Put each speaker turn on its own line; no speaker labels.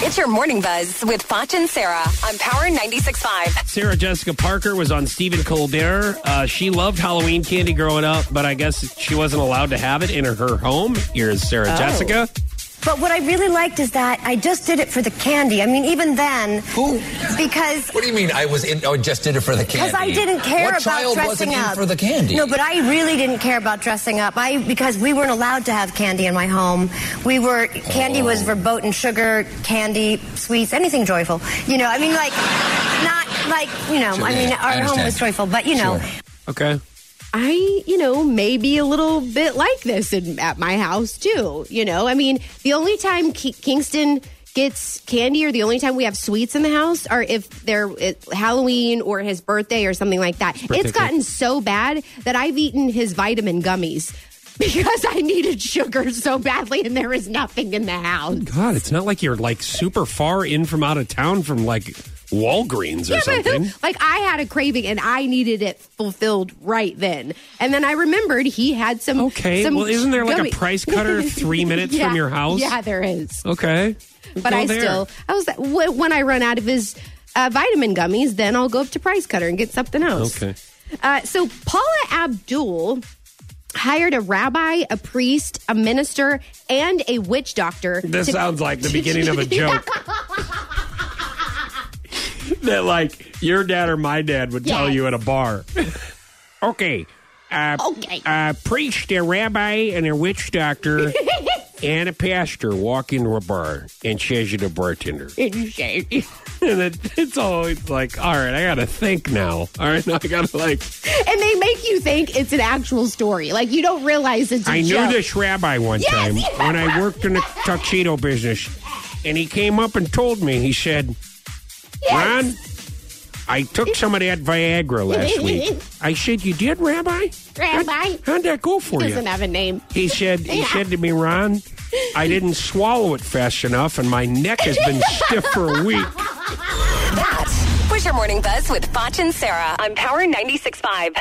It's your morning buzz with Foch and Sarah on Power 96.5.
Sarah Jessica Parker was on Stephen Colbert. Uh, she loved Halloween candy growing up, but I guess she wasn't allowed to have it in her home. Here's Sarah
Oh.
Jessica.
But what I really liked is that I just did it for the candy. I mean, even then,
Who?
because
What do you mean? I was in. I just did it for the candy.
because I didn't care
what
about
child
dressing
wasn't
up
in for the candy.
No, but I really didn't care about dressing up. I because we weren't allowed to have candy in my home. We were candy
Oh.
was verboten sugar, candy, sweets, anything joyful. You know, I mean, like not like you know.
Sure,
I mean,
yeah, I
our home
understand.
was joyful, but you know.
Sure.
Okay.
I, you know, maybe a little bit like this in, at my house too. You know, I mean, the only time Ki- Kingston gets candy or the only time we have sweets in the house are if they're it, Halloween or his birthday or something like that. It's gotten so bad that I've eaten his vitamin gummies because I needed sugar so badly and there is nothing in the house.
God, it's not like you're like super far in from out of town from like Walgreens or
Yeah, but,
something.
Like I had a craving and I needed it fulfilled right then. And then I remembered he had some.
Okay.
some
well, isn't there like
gummy-
a price cutter three minutes
Yeah.
from your house?
Yeah, there is.
Okay.
But
Go
I
there.
still, I was like, wh- when I run out of his uh, vitamin gummies, then I'll go up to Price Cutter and get something else.
Okay.
Uh, so Paula Abdul hired a rabbi, a priest, a minister, and a witch doctor.
This
to-
sounds like the beginning of a joke. that like your dad or my dad would tell
Yes.
you at a bar. okay. Uh,
Okay.
A priest, a rabbi, and a witch doctor, and a pastor walk into a bar and says you to bartender. And it, it's always like, all right, I gotta think now. All right, now I gotta like.
and they make you think it's an actual story. Like you don't realize it's. a
I knew
joke.
this rabbi one
Yes,
time
yes.
when I worked in the tuxedo business, and he came up and told me. He said,
Yes.
Ron, I took some of that Viagra last week. I said, You did, Rabbi?
Rabbi?
How'd, how'd that go for you?
doesn't have a name.
He said, He
Yeah.
said to me, Ron, I didn't swallow it fast enough, and my neck has been stiff for a week.
That was your morning buzz with Foch and Sarah on Power 96.5.